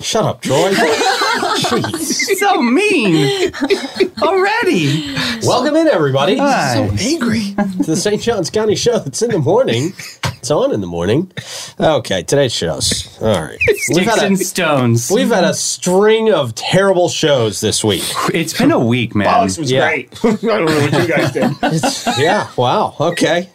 Shut up, Troy. Jeez. so mean already. Welcome in, everybody, Hi. Angry. to the St. John's County Show. It's in the morning. It's on in the morning. Okay, today's shows. All right. We've Sticks had, a, and stones. we've had a string of terrible shows this week. It's been a week, man. Alex was Um, Yeah. great. I don't know what you guys did. yeah, wow. Okay.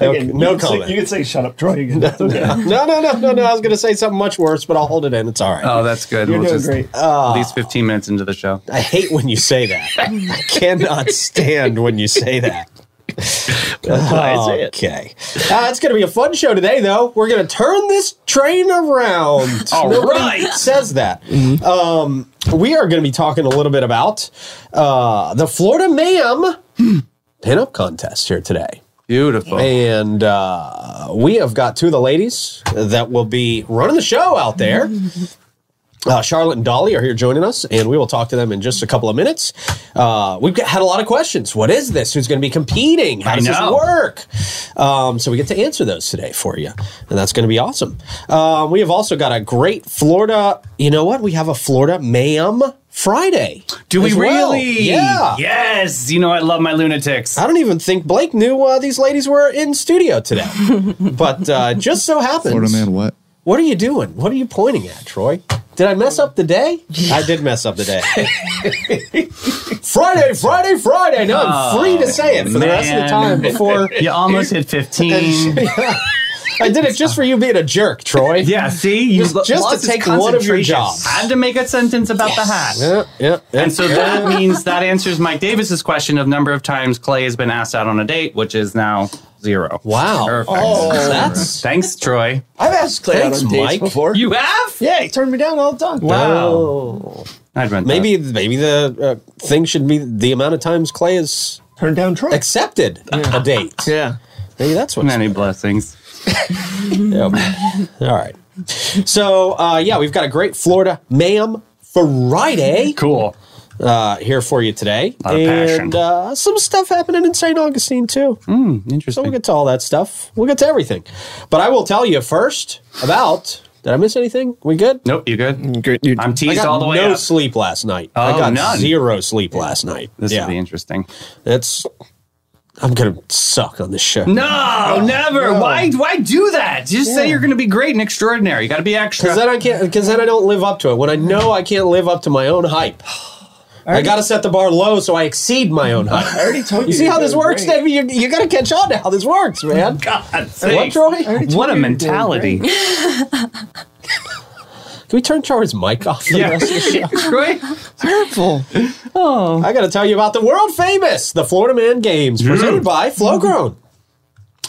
No, Again, no you could say- comment. you could say, "Shut up, Troy." Again. That's okay. no, no, no, no, no. I was going to say something much worse, but I'll hold it in. It's all right. oh, that's good. You're we'll doing just great. at least 15 minutes into the show. I hate when you say that. I cannot stand when you say that. Okay. Uh, it's going to be a fun show today, though. We're going to turn this train around. All Nobody right. says that. Um, we are going to be talking a little bit about uh, the Florida Ma'am Hmm. pinup contest here today. Beautiful. And uh, we have got two of the ladies that will be running the show out there. Uh, Charlotte and Dolly are here joining us, and we will talk to them in just a couple of minutes. Uh, we've got, had a lot of questions. What is this? Who's going to be competing? How I does this know. work? Um, so we get to answer those today for you, and that's going to be awesome. Um, we have also got a great Florida. You know what? We have a Florida ma'am Friday. Do we as well. really? Yeah. Yes. You know, I love my lunatics. I don't even think Blake knew uh, these ladies were in studio today, but uh, just so happens. Florida man, what? What are you doing? What are you pointing at, Troy? Did I mess up the day? I did mess up the day. Friday, Friday, Friday. No, I'm free to say it for the rest of the man. time before. You almost hit 15. I did it just for you being a jerk, Troy. yeah, see? You Just- lo- just to lost his take one of your concentration. jobs. Had to make a sentence about the hat. Yeah, yeah, yeah. And so that means that answers Mike Davis's question of number of times Clay has been asked out on a date, which is now zero. Wow. Perfect. Oh, that's. Thanks, Troy. I've asked Clay Thanks, out on dates Mike. before. You have? yeah, he turned me down all the time. Wow. I'd rent that. Maybe, maybe the uh, thing should be the amount of times Clay has Turned down Troy. accepted a date. yeah. Maybe that's what's many blessings. Yep. All right. So uh, yeah, we've got a great Florida ma'am Friday Cool. uh, here for you today, Mm-hmm. Lot of passion. Mm-hmm. and uh, some stuff happening in St. Augustine too. So Interesting. we'll get to all that stuff. We'll get to everything, but I will tell you first about. Did I miss anything? We good? nope, you Mm, good? Great, dude. I'm I teased got all the way no up. sleep last night. Oh, I got none. zero sleep last night. This yeah, will be interesting. that's. I'm gonna suck on this show. Oh, No, never. Why? Why do that? Just say you're going to be great and extraordinary. You got to be extra. Because then I can't. Because then I don't live up to it. When I know I can't live up to my own hype, I got to set the bar low so I exceed my own hype. I already told you. You see you're how this doing works, great. David? You, you got to catch on to how this works, man. God, What, sakes. Troy? I Can already told what a you you're doing mentality, great. we turn Troy's mic off? for the Yeah. rest of the show? Troy. Hurtful. I got to tell you about the world famous the Florida Man Games presented by Flow Grown.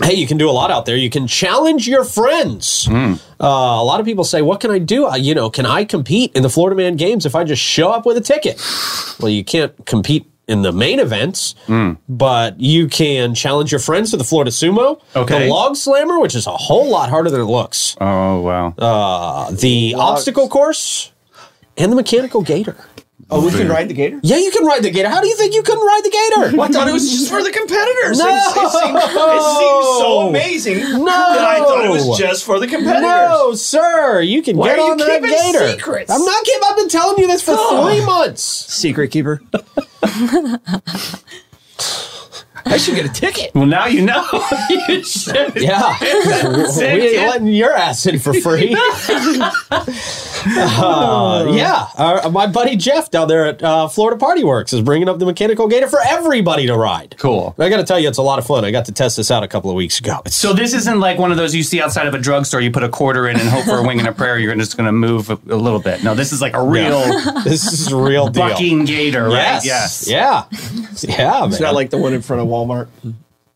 Hey, you can do a lot out there. You can challenge your friends. Uh, a lot of people say, "What can I do? Uh, you know, can I compete in the Florida Man Games if I just show up with a ticket?" Well, you can't compete in the main events, but you can challenge your friends to the Florida Sumo, Okay. the Log Slammer, which is a whole lot harder than it looks, Oh wow. uh, the obstacle course, and the mechanical gator. Oh, we can ride the gator. Yeah, you can ride the gator. How do you think you couldn't ride the gator? I thought it was just for the competitors. No. It, was- it seemed, it seemed so amazing no. that I thought it was just for the competitors. No, sir. You can Why get are you on that keeping gator. secrets? I'm not giving. I've been telling you this for three months. Secret keeper. I should get a ticket. Well, now you know. you should. Yeah, we ain't letting your ass in for free. Uh, yeah, Our- my buddy Jeff down there at uh, Florida Party Works is bringing up the mechanical gator for everybody to ride. Cool. I got to tell you, it's a lot of fun. I got to test this out a couple of weeks ago. It's So this isn't like one of those you see outside of a drugstore. You put a quarter in and hope for a wing and a prayer. You're just going to move a, a little bit. No, this is like a real this is a real deal. bucking gator, right? Yes. Yeah. Yeah, man. It's not like the one in front of Walmart.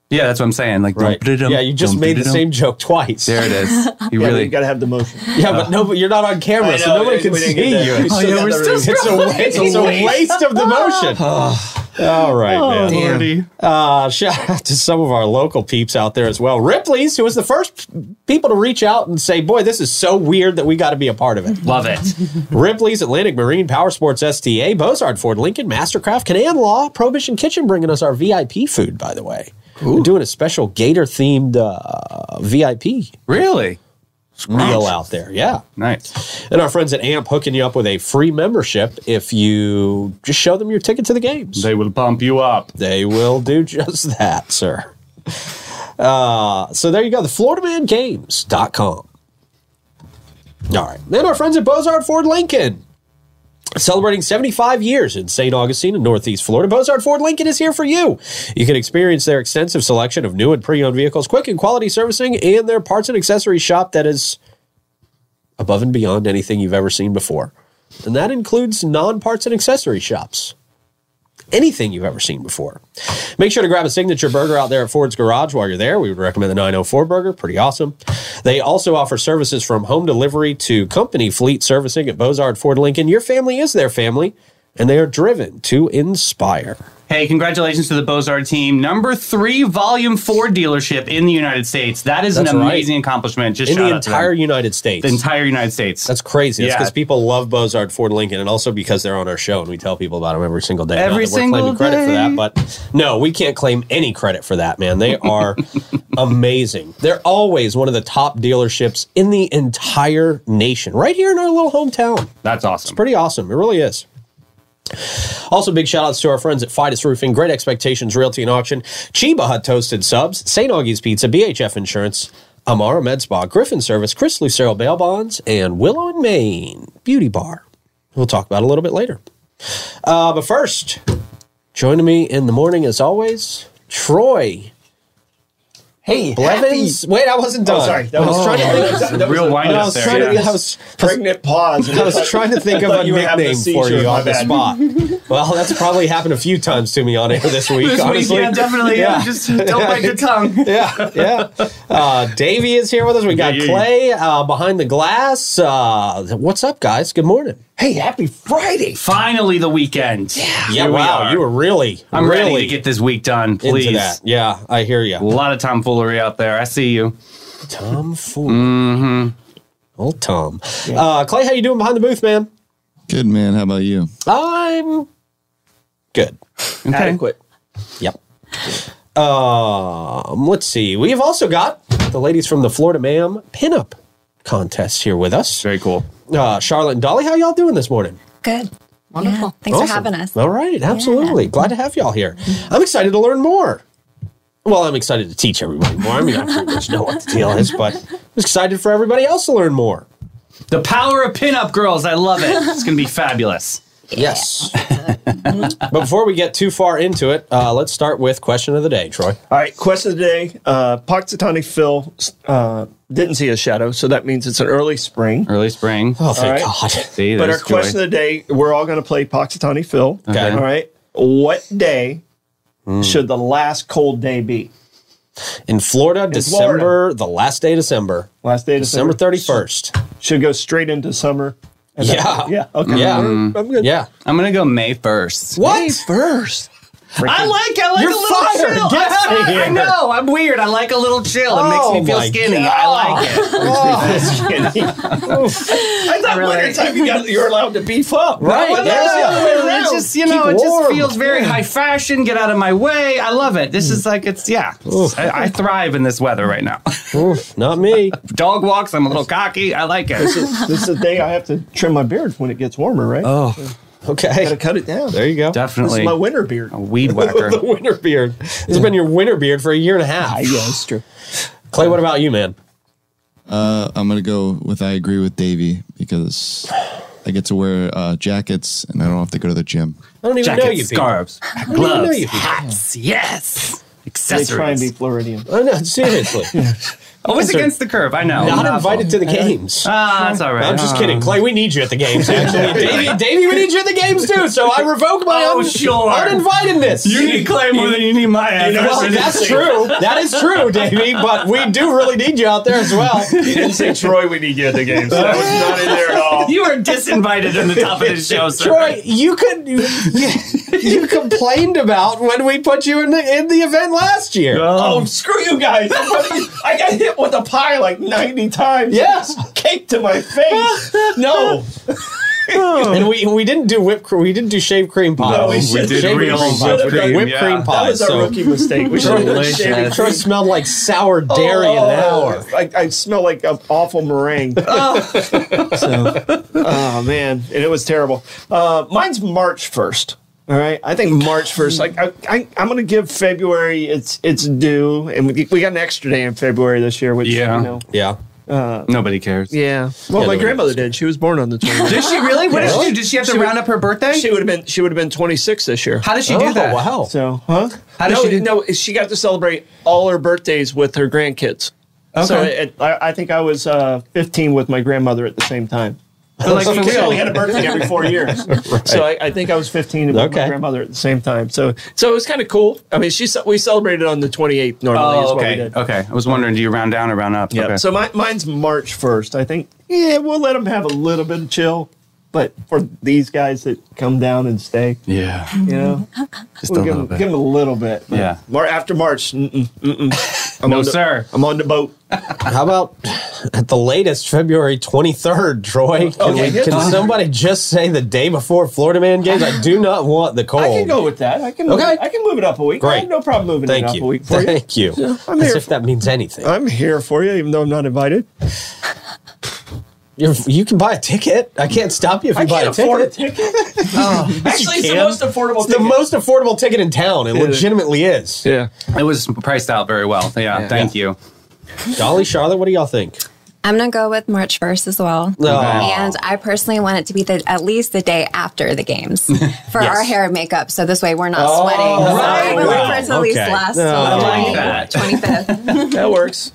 Yeah, that's what I'm saying. Like, Right. dum-ba-da-dum, Yeah, you just made the dum-ba-da-dum. same joke twice. There it is. You Yeah, but really you got to have the motion. Yeah, but no, but you're not on camera, I so know, nobody we- can we see didn't get that. you. We still got that Oh, still right. It's a, wa- it's a waste of the motion. Ah. All right, Oh. man. Uh, shout out to some of our local peeps out there as well. Ripley's, who was the first people to reach out and say, "Boy, this is so weird that we got to be a part of it." Love it. Ripley's, Atlantic Marine, Power Sports, STA, Bozard, Ford, Lincoln, Mastercraft, Canan Law, Prohibition Kitchen, bringing us our VIP food. By the way, They're doing a special gator themed uh, VIP Really? meal out there. Yeah. Nice. And our friends at AMP hooking you up with a free membership if you just show them your ticket to the games. They will pump you up. They will do just that, sir. Uh, so there you go, the FloridaManGames.com. All right. Then our friends at Bozard Ford Lincoln. Celebrating 75 years in St. Augustine in Northeast Florida, Bozard Ford Lincoln is here for you. You can experience their extensive selection of new and pre owned vehicles, quick and quality servicing, and their parts and accessory shop that is above and beyond anything you've ever seen before. And that includes non parts and accessory shops anything you've ever seen before. Make sure to grab a signature burger out there at Ford's Garage while you're there. We would recommend the 904 burger, pretty awesome. They also offer services from home delivery to company fleet servicing at Bozard Ford Lincoln. Your family is their family, and they are driven to inspire. Hey, congratulations to the Bozar team. Number three volume four dealership in the United States. That is That's an right. amazing accomplishment. Just In shout the out to entire them. United States. the entire United States. That's crazy. That's Yeah. because people love Bozard Ford Lincoln, and also because they're on our show and we tell people about them every single day. Not Every that we're claiming single credit for that, day. but no, we can't claim any credit for that, man. They are amazing. They're always one of the top dealerships in the entire nation, right here in our little hometown. That's awesome. Pretty awesome. It really is. Also, big shout outs to our friends at Fidus Roofing, Great Expectations Realty and Auction, Chiba Hut Toasted Subs, St. Augie's Pizza, BHF Insurance, Amara Med Spa, Griffin Service, Chris Lucero Bail Bonds, and Willow and Maine Beauty Bar. We'll talk about a little bit later. Uh, but first, joining me in the morning as always, Troy Hey, Blevins. Wait, I wasn't done. Oh, I sorry. That was was trying to think. that, Real was a wind I up was there. trying to. yeah. I was. pregnant pause. I was trying to think of thought a you were having a nickname for seizure, you my on the bad. spot. well, that's probably happened a few times to me on air this week. This week, honestly, yeah, definitely. Yeah. Yeah. Just don't bite your tongue. yeah, yeah. Uh, Davey is here with us. We got Yeah, yeah, Clay uh, behind the glass. Uh, what's up, guys? Good morning. hey, happy Friday. Finally, the weekend. Yeah. Yeah, wow, you were really, I'm really ready to get this week done, into please. that. Yeah, I hear A you. lot of tomfoolery out there. I see you. Tom Ford. Old Tom. Uh, Clay, how you doing behind the booth, man? Good man. How about you? I'm good. Adequate. Yep. Um, let's see. We've also got the ladies from the Florida Ma'am pinup contest here with us. Very cool. Uh, Charlotte and Dolly, how y'all doing this morning? Good. Wonderful. Thanks for Awesome. having us. All right, absolutely. Glad to have y'all here. I'm excited to learn more. Well, I'm excited to teach everybody more. I mean, I pretty much know what the deal is, but I'm excited for everybody else to learn more. The power of pinup girls. I love it. It's going to be fabulous. Yes. Mm-hmm. but before we get too far into it, uh, let's start with question of the day, Troy. All right, question of the day. Uh, Poxitonic Phil uh, didn't see a shadow, so that means it's an early spring. Early spring. Oh, thank right. God. See, But our there's question joy. of the day, we're all going to play Poxitani Phil. Okay. All right. What day should the last cold day be? In Florida, December, Florida. the last day of December, Last day of December December. 31st. Should go straight into summer. And Yeah. that- yeah. Okay. Yeah. I'm good. Yeah. I'm going to go May 1st. What? First. I like I like You're a little fired. chill. Get I, out of I here. know. I'm weird. I like a little chill. It Oh makes me feel my skinny. I God. like it. I thought really- wintertime you got, you're allowed to beef up. Right, Well, yeah. that's the other way It's around. just you know, Keep it just warm. feels very high fashion. Get out of my way. I love it. This is Mm. like it's yeah. I, I thrive in this weather right now. Oof, not me. Dog walks. I'm a little cocky. I like it. this is the day I have to trim my beard when it gets warmer, right? Oh, gotta Okay. cut it down. There you go. This Definitely Oh. is my winter beard. a weed whacker. The winter beard. This has been your winter beard for a year and a half. it's true. Clay, what about you, man? Uh, I'm gonna go with I agree with Davey because I get to wear uh, jackets and I don't have to go to the gym. I don't even know you, Jackets, people. scarves, I don't even know gloves, you. people. hats. Yes. They try and be Accessories. Floridian. I know, seriously. Always against the curve. I know. Not Awful. invited to the games. Ah, that's all right. I'm just Ah. kidding. Clay, we need you at the games, actually. Davey, Davey, we need you at the games, too. So I revoke my Oh, un- sure. uninvitedness. You need Clay more than you need my ass. know, Well, Person that's is- true. That is true, Davey. But we do really need you out there as well. You didn't say Troy we need you at the game, so that was not in there at all. you are disinvited in the top of the Oh, show, sir. Troy, you could you, you complained about when we put you in the in the event last year. Oh, screw you guys! I got hit with a pie like 90 times. Yes. Cake to my face. No. and we we didn't do whipped cream. We didn't do shaved cream pie. No, we Shaved did cream real pie. whipped Should've done cream, Whipped yeah. cream pie. That was our so rookie Oh. mistake. We should have done Delicious. shaving Crow smelled like sour dairy in an hour. I, I smell like an awful meringue. oh. man, and it was terrible. Uh, mine's March first. All right, I think March first. Like I, I, I'm going to give February its its due, and we, we got an extra day in February this year, which Yeah. you know, Yeah. Nobody cares. yeah. Well, Yeah, my no, grandmother did. She was born on the 20th. Did she really? What did Yeah. she do? Did she have to round up her birthday? she would have been she would have been 26 this year. How did she Oh, do that? Wow. So, huh? How did no, she do- no, she got to celebrate all her birthdays with her grandkids. So Okay. it, I, I think I was uh, 15 with my grandmother at the same time. But like for She real, only had a birthday every four years. So I, I think I was 15 with Okay. my grandmother at the same time. So so it was kind of cool. I mean, she ce- we celebrated on the 28th normally. is Oh, what we okay. did. Okay. I was wondering, do you round down or round up? Yeah. Okay. So my, mine's March 1st. I think, yeah, we'll let them have a little bit of chill. But for these guys that come down and stay, yeah. you know, Just we'll a give, little them, bit. give them a little bit. but Yeah. Mar- after March, mm-mm, mm-mm. I'm No, on the- sir. I'm on the boat. How about at the latest February 23rd, Troy? Can, Okay, we- yeah, can fine. somebody just say the day before Florida Man games? I do not want the cold. I can go with that. I can. Okay. Move, I can move it up a week. I Great. have no problem moving it Thank up you. a week for you. Uh, Thank you. I'm As here if that means anything. I'm here for you, even though I'm not invited. You're, you can buy a ticket. I can't stop you if you I buy can't a afford a ticket. ticket. Actually, it's the can. most affordable It's the ticket. most affordable ticket in town. It legitimately is. yeah. It was priced out very well. Yeah. Thank you. Dolly, Charlotte, what do y'all think? Oh. I'm gonna go with March 1st as well. Oh, Aw. And I personally want it to be the at least the day after the games for our hair and makeup. So this way we're not sweating. So I Oh, right. would like for Wow. it to at least Okay. last No. till I like that. 25th. That works.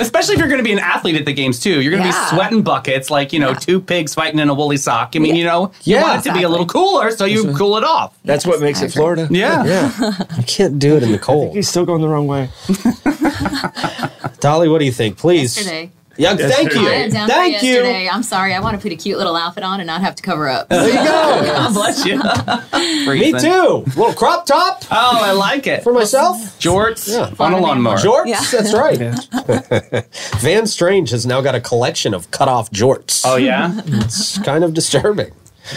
Especially if you're going to be an athlete at the games too. You're going to Yeah. be sweating buckets like, you know, two pigs fighting in a woolly sock. I mean, you know, you Yeah. want it to be a little cooler so you cool it off. That's what makes it Florida. Yeah. I can't do it in the cold. He's still going the wrong way. Dolly, what do you think? Please. yesterday. Yeah, thank I had it you. down Thank for you. yesterday. I'm sorry. I want to put a cute little outfit on and not have to cover up. There you go. God bless you. Me too. Little crop top Oh, I like it. for myself. Jorts Yeah. on a lawnmower. Jorts, Yeah. that's right. Van Strange has now got a collection of cut off jorts. Oh, yeah? It's kind of disturbing.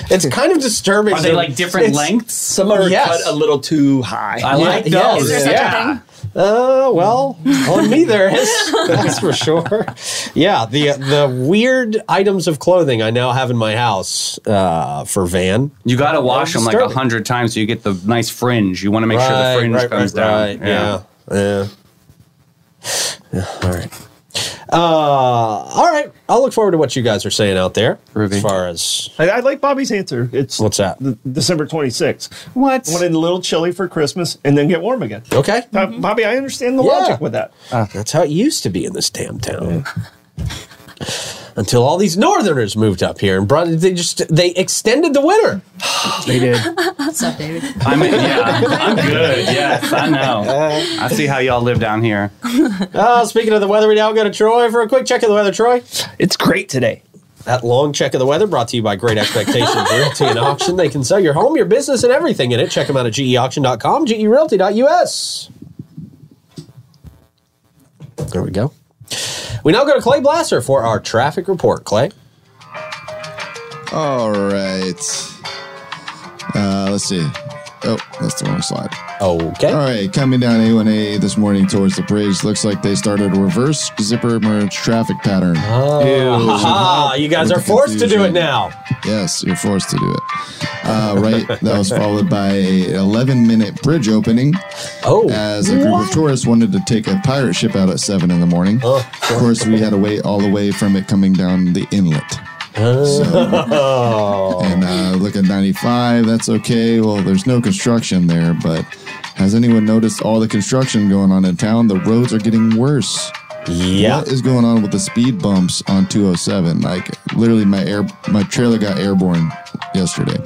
It's kind of disturbing. Are they like different It's- lengths? Some are Yes. cut a little too high. I like yeah, those. is there such a yeah. thing? Uh, well, on me there is. That's for sure. Yeah, the the weird items of clothing I now have in my house uh, for Van. You got to wash them like a disturbing. hundred times so you get the nice fringe. You want to make sure the fringe comes down. right, yeah. yeah. Yeah, All right. Uh, all right. I'll look forward to what you guys are saying out there. Ruby. As far as I, I like Bobby's answer. It's what's that? the, December 26th. What? I wanted a little chilly for Christmas and then get warm again. Okay. Bob- Bobby, I understand the Yeah. logic with that. That's how it used to be in this damn town. Until all these Northerners moved up here and brought they just they extended the winter. They did. What's up, David? I'm, yeah, I'm good. Yes, I know. I see how y'all live down here. Uh, speaking of the weather, we now go to Troy for a quick check of the weather. Troy, It's great today. that long check of the weather brought to you by Great Expectations Realty and Auction. They can sell your home, your business, and everything in it. Check them out at geauction.com, gerealty.us. There we go. We now go to Clay Blasser for our traffic report. Clay, All right. Uh, let's see. Oh, that's the wrong slide. okay. All right, coming down A1A this morning towards the bridge. Looks like they started a reverse zipper merge traffic pattern. Uh-huh. Ah, you guys are forced to do it now. Yes, you're forced to do it. Uh, right, that was followed by a 11 minute bridge opening Oh, as a group of tourists wanted to take a pirate ship out at 7 in the morning. Oh. Of course, we had to wait all the way from it coming down the inlet. Oh. So, and uh, look at 95, that's okay. Well, there's no construction there, but has anyone noticed all the construction going on in town? The roads are getting worse. yeah. What is going on with the speed oh bumps on 207? Like literally my air my trailer got airborne yesterday.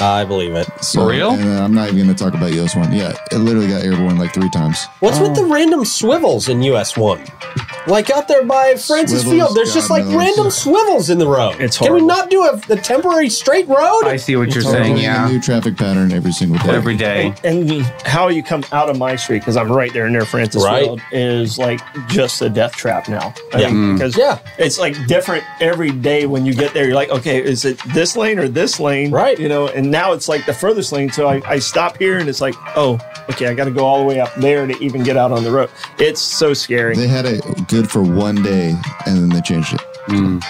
I believe it. So, For real? and, uh, I'm not even going to talk about US one. Yeah, it literally got airborne like three times. What's with the Oh. random swivels in US one? Like out there by Francis Swivels, Field, there's God just like knows. random swivels in the road. It's Can we horrible. not do a, a temporary straight road? I see what you're saying. Totally A Yeah. new traffic pattern every single day. Every day. And how you come out of my street because I'm right there near Francis Right. Field is like just a death trap now. I Yeah. Mm. mean, because Yeah. it's like different every day when you get there. You're like, okay, is it this lane or this lane? Right. You know, and now it's like the furthest lane. So I, I stop here and it's like, oh, okay, I got to go all the way up there to even get out on the road. It's so scary. They had it good for one day and then they changed it. I don't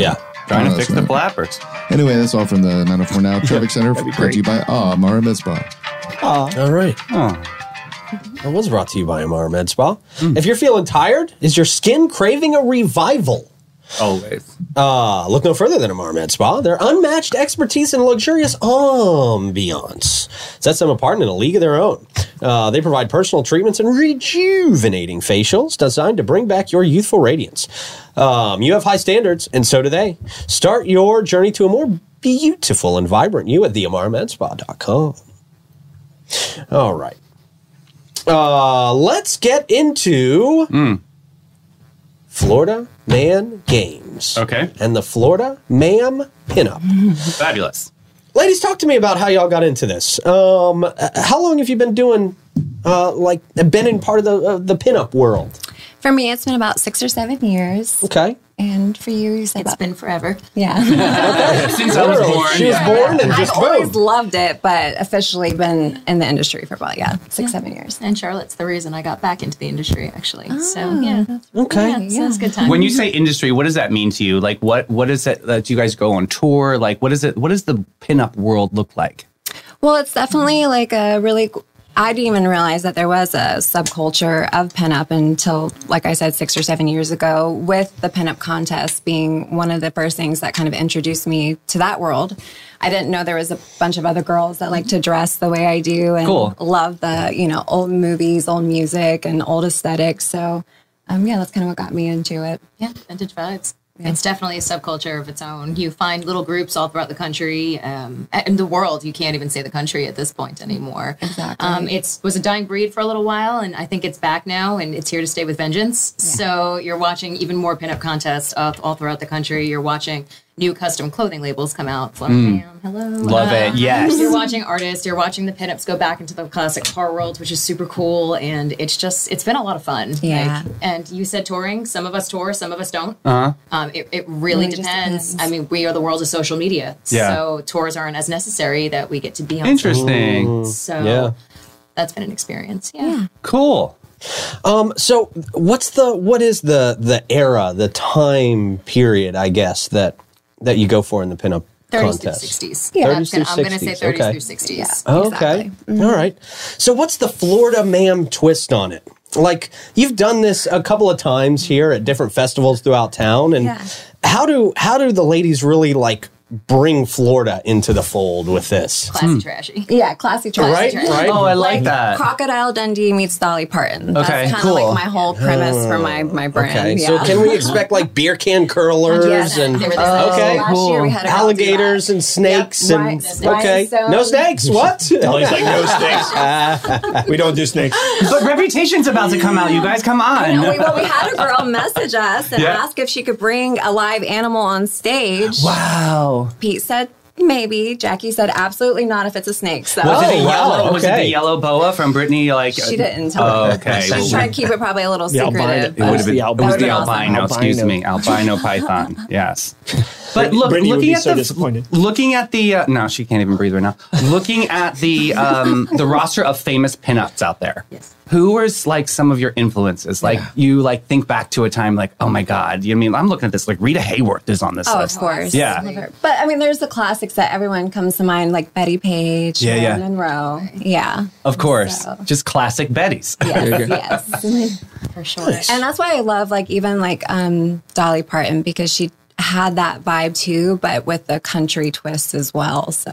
Yeah. know. Trying I to don't fix know, the that's not- flappers. Anyway, that's all from the 904 Now Traffic Center. be Brought to you by Ah Mara Mitzvah. All right. Oh. That was brought to you by MR Med Spa. If you're feeling tired, is your skin craving a revival? Always. Uh, look no further than Amar Med Spa. Their unmatched expertise and luxurious ambiance sets them apart in a league of their own. Uh, they provide personal treatments and rejuvenating facials designed to bring back your youthful radiance. Um, you have high standards, and so do they. Start your journey to a more beautiful and vibrant you at theamarmedspa.com. All right. Uh, let's get into Florida Man Games Okay. and the Florida Ma'am Pinup. Fabulous. Ladies, talk to me about how y'all got into this. Um, uh, how long have you been doing, uh, like, been in part of the uh, the pinup world? For me, it's been about six or seven years. Okay, And for you, you said It's about, been forever. yeah. Since I was Literally, born. she was yeah. born and I've just always boom. loved it, but officially been in the industry for about, yeah, six, seven years. And Charlotte's the reason I got back into the industry, actually. Ah, so yeah, Okay. yeah, so it's a good time. When you say industry, what does that mean to you? Like, what what is it that you guys go on tour? Like, what is it? What does the pinup world look like? Well, it's definitely like a really. I didn't even realize that there was a subculture of pinup until, like I said, six or seven years ago, with the pinup contest being one of the first things that kind of introduced me to that world. I didn't know there was a bunch of other girls that like to dress the way I do and Cool. love the, you know, old movies, old music, and old aesthetics. So, um, yeah, that's kind of what got me into it. Yeah, vintage vibes. It's definitely a subculture of its own. You find little groups all throughout the country um, and the world. You can't even say the country at this point anymore. Exactly. Um, it was a dying breed for a little while, and I think it's back now, and it's here to stay with vengeance. So you're watching even more pinup contests up all throughout the country. You're watching new custom clothing labels come out. Flower Hmm. Fam, hello. Love it. Uh, Yes. Uh-huh. You're watching artists. You're watching the pinups go back into the classic car world, which is super cool. And it's just, it's been a lot of fun. Yeah. Like, and you said touring. Some of us tour, some of us don't. Uh-huh. Um, it, it Really really just depends. depends. I mean, we are the world of social media. Yeah. So tours aren't as necessary that we get to be on. Interesting. So Yeah. that's been an experience. Yeah. Cool. Um, so what's the what is the the era, the time period, I guess that that you go for in the pinup 30s contest? through 60s. Yeah. I'm 30s gonna- I'm through going to say 60s, 30s okay. through 60s. Okay. Exactly. Mm-hmm. All right. So what's the Florida ma'am twist on it? Like you've done this a couple of times here at different festivals throughout town and Yeah. how do how do the ladies really like bring Florida into the fold with this? Classy, trashy. Yeah, classy Right? trash. Right? Oh, I like that. Crocodile Dundee meets Dolly Parton. That's Okay, kind of cool. like my whole premise for my my brand. Oh. Okay. Yeah. So can we expect like beer can curlers Yes. and They were the okay, Last year we had a girl do alligators that. and snakes Yep, and right, right, okay, so- no snakes. What? Dolly's like, no snakes. we don't do snakes. But reputation's about to come out. You guys, come on. No, we, well, we had a girl message us and Yeah. ask if she could bring a live animal on stage. wow. Pete said maybe. Jackie said absolutely not if it's a snake. So Was it the wow, yellow? Was it the okay. yellow boa from Brittany? Like Oh, she didn't tell Oh, her. okay. She tried to keep it probably a little secretive. uh, It would have been. The It was albino. the That would be albino. awesome. Excuse me, albino python. Yes, but look, Brittany would looking be at so the disappointed. looking at the uh, no, she can't even breathe right now. Looking at the um, the roster of famous pinups out there. Yes. Who is like some of your influences? Like you like think back to a time like oh my god. You know what I mean I'm looking at this like Rita Hayworth is on this Oh, of list. course. Yeah. Love her. But I mean, there's the classics that everyone comes to mind, like Betty Page, Yeah, yeah. Marilyn Monroe. Yeah. Of course, So- just classic Betty's. Yes. yes. For sure. And that's why I love like even like um Dolly Parton because she had that vibe too, but with the country twist as well. So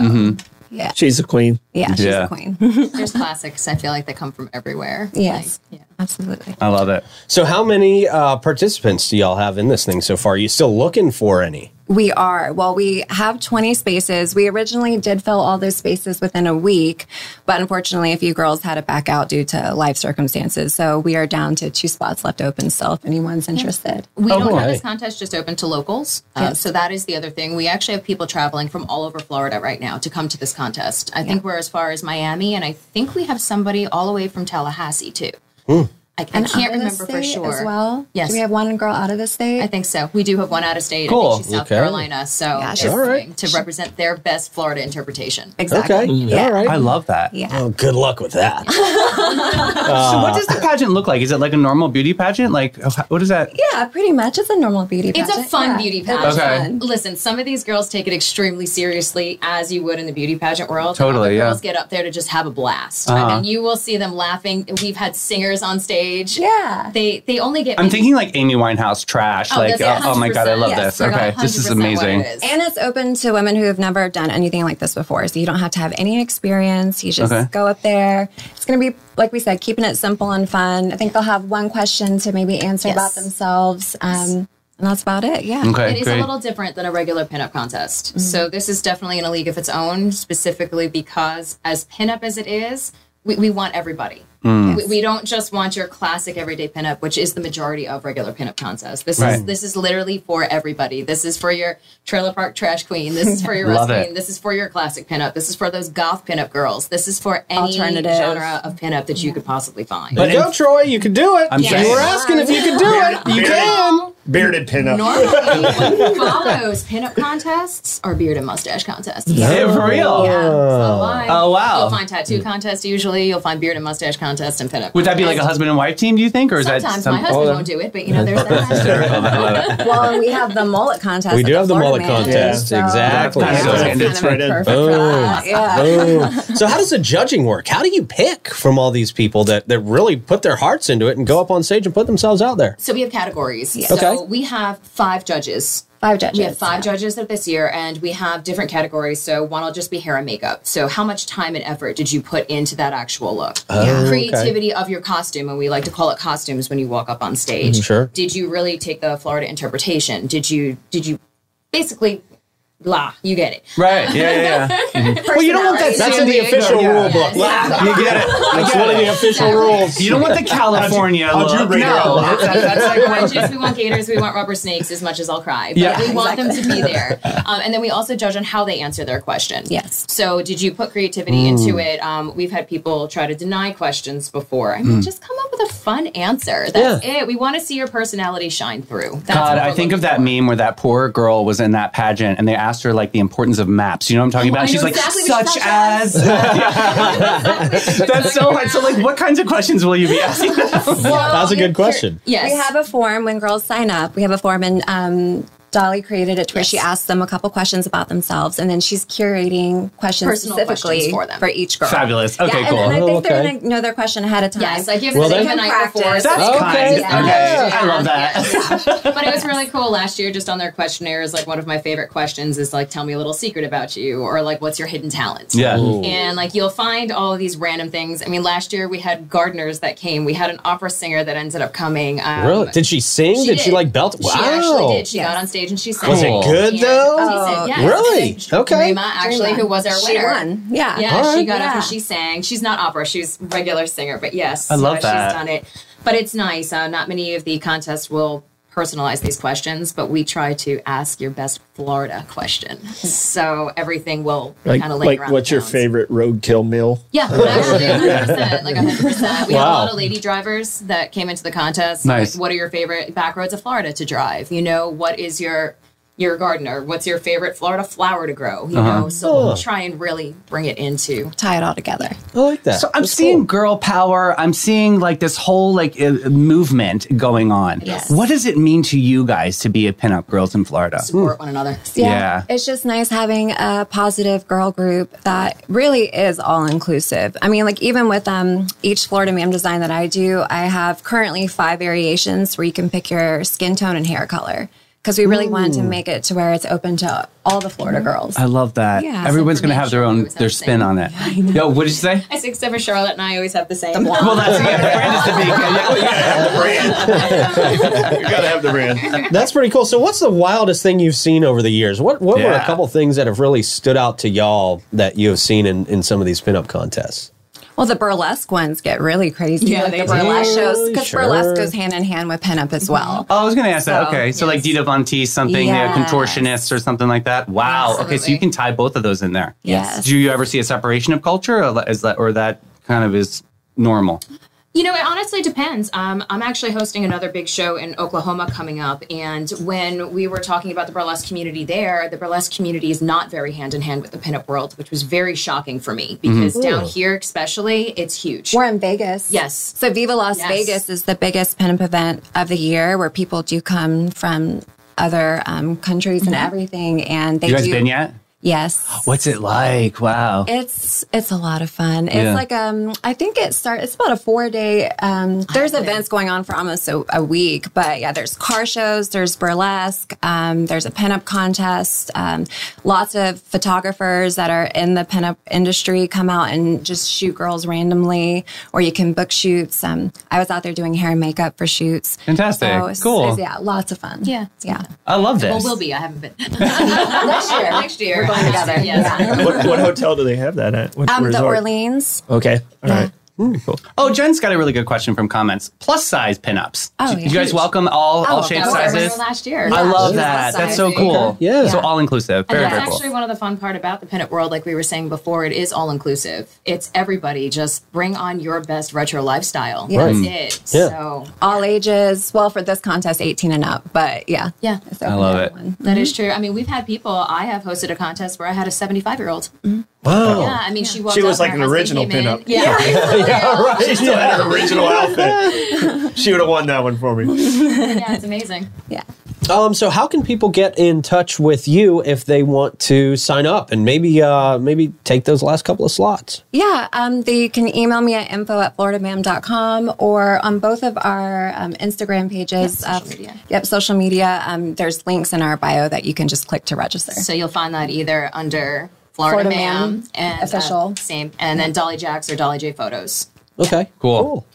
yeah. She's a queen. Yeah, she's Mm-hmm. Yeah. a queen. There's classics. I feel like they come from everywhere. Yes. Like, yeah. Absolutely. I love it. So, how many uh, participants do y'all have in this thing so far? Are you still looking for any? We are. Well, we have 20 spaces. We originally did fill all those spaces within a week, but unfortunately, a few girls had to back out due to life circumstances. So we are down to two spots left open still if anyone's interested. We don't have okay. this contest just open to locals. Uh, so that is the other thing. We actually have people traveling from all over Florida right now to come to this contest. I think we're as far as Miami, and I think we have somebody all the way from Tallahassee, too. I, I Out of can't the remember for state sure. As well? Yes. Do we have one girl out of the state? I think so. We do have one out of state. I Cool. think she's South Okay. Carolina. So Gosh. it's All right. to represent their best Florida interpretation. Exactly. Okay. Yeah. All right. I love that. Yeah. Oh, good luck with that. So Uh, what does the pageant look like? Is it like a normal beauty pageant? Like what is that? Yeah, pretty much. It's a normal beauty It's pageant. a fun Yeah. beauty It's pageant. Okay. fun. Listen, some of these girls take it extremely seriously, as you would in the beauty pageant world. Totally, Other yeah. Girls get up there to just have a blast. I Uh-huh. mean, you will see them laughing. We've had singers on stage. Yeah. They they only get. I'm thinking like Amy Winehouse trash. like that's it, oh, oh my god, I 100%. love Yes, this. Okay, this is amazing. And it's open to women who have never done anything like this before. So you don't have to have any experience. You just Okay. go up there. It's going to be, like we said, keeping it simple and fun. I think they'll have one question to maybe answer Yes. about themselves. Um, and that's about it. Yeah. Okay, It is great. a little different than a regular pinup contest. So this is definitely in a league of its own, specifically because as pinup as it is, we, we want everybody. Mm. We, we don't just want your classic everyday pinup, which is the majority of regular pinup contests. This is Right. this is literally for everybody. This is for your trailer park trash queen. This is for your Love rust it. queen. This is for your classic pinup. This is for those goth pinup girls. This is for any Alternative. genre of pinup that you could possibly find. But go, Troy. You can do it. I'm you saying- were asking if you could do it. You can. Bearded pinup. normally what follows pinup contests are beard and mustache contests. Hey, for real. Yeah, so will I. Oh, wow. You'll find tattoo contest usually. You'll find beard and mustache contest and pinup. Would that be like a contest. husband and wife team? Do you think, or is that Sometimes some, Oh. my husband won't do it, but you know, there's that. well, we have the mullet contest. We do at have the Florida mullet Man, contest. so- Exactly. That's So, kinda Kind of Fits right in. perfect for us. Yeah. oh. so how does the judging work? How do you pick from all these people that, that really put their hearts into it and go up on stage and put themselves out there? so we have categories. Okay. So we have five judges. Five judges. We have five judges of this year, and we have different categories. So one will just be hair and makeup. So how much time and effort did you put into that actual look? Oh, okay. Creativity of your costume, and we like to call it costumes when you walk up on stage. Mm-hmm, sure. Did you really take the Florida interpretation? Did you? Did you? Basically, blah. You get it. right? Yeah, yeah, yeah. Mm-hmm. Well, you don't want that. That's in the official Yeah. rule book. Yeah. You get it. That's one of the official rules. You don't want the California how'd you look. rate her no, on that's, that's like We when- want oranges, we want gators, we want rubber snakes as much as I'll cry. But Yeah. we want them to be there. Um, and then we also judge on how they answer their question. Yes. So did you put Mm. creativity into it? Um, we've had people try to deny questions before. I mean, Mm. just come up with a fun answer. That's it. We want to see your personality shine through. That's God, what I we're think of looking that for. meme where that poor girl was in that pageant and they asked her like the importance of maps. You know what I'm talking about? I And she's know like, exactly what such, you're as. That's so hard. So, like, what kinds of questions will you be asking? Well, That's a you're- good question. Yes. We have a form when girls sign up. We have a form, and um, Dolly created it to where she asks them a couple questions about themselves, and then she's curating questions Personal specifically questions for them. each girl. Fabulous. Okay, yeah, cool. And, and I Oh, think they're okay. going to know their question ahead of time. Yes, I give Well, them then- the night before. Practice. so That's Okay. kind. Yeah. Okay. I love that. but it was really cool last year just on their questionnaires like one of my favorite questions is like tell me a little secret about you or like what's your hidden talent Yeah. and like you'll find all of these random things i mean last year we had gardeners that came we had an opera singer that ended up coming um, Really? Did she sing? she did, she did. like belt? Wow. she actually did. She Yes. got on stage and she sang. Was it Cool. good, And though? she said yes. Really? And then Okay. Rima, actually, who was our she winner. won. Yeah. Yeah, All she right. got up Yeah. and she sang. She's not opera; she's regular singer. But yes, I love uh, that. She's done it, but it's nice. Uh, not many of the contests will personalize these questions, but we try to ask your best Florida question. So everything will Like, kind of link like around. what's the your towns. favorite roadkill meal? Yeah, actually, 100%, like 100%. We had a Wow. lot of lady drivers that came into the contest. Nice. Like, what are your favorite back roads of Florida to drive? You know, what is your your gardener? What's your favorite Florida flower to grow? You know, so we'll try and really bring it into Tie it all together. I like that. So I'm That's seeing cool. girl power. I'm seeing like this whole like uh, movement going on. Yes. What does it mean to you guys to be a pinup girls in Florida? support one another. Yeah. It's just nice having a positive girl group that really is all inclusive. I mean, like even with um each Florida Ma'am design that I do, I have currently five variations where you can pick your skin tone and hair color. because we really wanted to make it to where it's open to all the Florida girls. Mm-hmm. I love that. Yeah, Everyone's going to have their own information. their spin on it. I know. Yo, what did you say? I think except for Charlotte and I always have the same. Well, that's yeah, the brand is the big. Yeah, yeah. You gotta have the brand. That's pretty cool. So, what's the wildest thing you've seen over the years? What What were a Yeah. couple things that have really stood out to y'all that you have seen in, in some of these pinup contests? Well, the burlesque ones get really crazy. Yeah, like they the do. burlesque shows because Sure. burlesque goes hand in hand with pinup as well. Oh, I was going to ask that. So, Okay, so like yes. Dita Von T, something uh, Yes. contortionist or something like that. Wow. Okay, so Absolutely. you can tie both of those in there. Yes. Do you ever see a separation of culture, or is that or that kind of is normal? You know, it honestly depends. Um, I'm actually hosting another big show in Oklahoma coming up. And when we were talking about the burlesque community there, the burlesque community is not very hand in hand with the pinup world, which was very shocking for me Mm-hmm. because down here, especially, it's huge. We're in Vegas. Yes. So Viva Las Yes. Vegas is the biggest pinup event of the year where people do come from other um, countries Mm-hmm. and everything. And they You guys do. been yet? Yes. What's it like? Wow. It's it's a lot of fun. It's Yeah. like um I think it starts it's about a four day um there's events going on for almost a, a week, but yeah, there's car shows, there's burlesque, um, there's a pinup contest, um, lots of photographers that are in the pinup industry come out and just shoot girls randomly, or you can book shoots. Um I was out there doing hair and makeup for shoots. Fantastic. it's- Cool. it's- yeah, lots of fun. Yeah. Yeah. I love this. Oh, Well, will be. I haven't been. Next year. Next year. We're going together. Yes. What, what hotel do they have that at? Which Um, the resort? Orleans. Okay. All right. Oh, Jen's got a really good question from comments. Plus size pinups. Oh, Do yeah. you guys welcome all all Oh, shapes That of was our course. sizes? winner last year. I love Plus that. That's size. so cool. Yeah. So all inclusive. Very, And that's very cool. actually one of the fun part about the pinup world. Like we were saying before, it is all inclusive. It's everybody. Just bring on your best retro lifestyle. Yes. Mm. That's it. Yeah. So all ages. Well, for this contest, 18 and up, but yeah. Yeah. It's I open love to it. everyone. that is true. I mean, we've had people. I have hosted a contest where I had a 75 year old. Mm-hmm. Oh. Wow. Yeah. I mean, she walked She up was and like her an husband original came in. pinup. Yeah. yeah, right. She still had her original outfit. She would have won that one for me. yeah, it's amazing. Yeah. Um, so, how can people get in touch with you if they want to sign up and maybe uh, maybe take those last couple of slots? Yeah. Um, they can email me at info at floridamam.com or on both of our um, Instagram pages. Yep, social uh, media. Yep. Social media. Um, there's links in our bio that you can just click to register. So you'll find that either under Florida, Florida Ma'am, Ma'am, and uh, official. same, and then Dolly Jacks or Dolly J photos. Okay. Cool.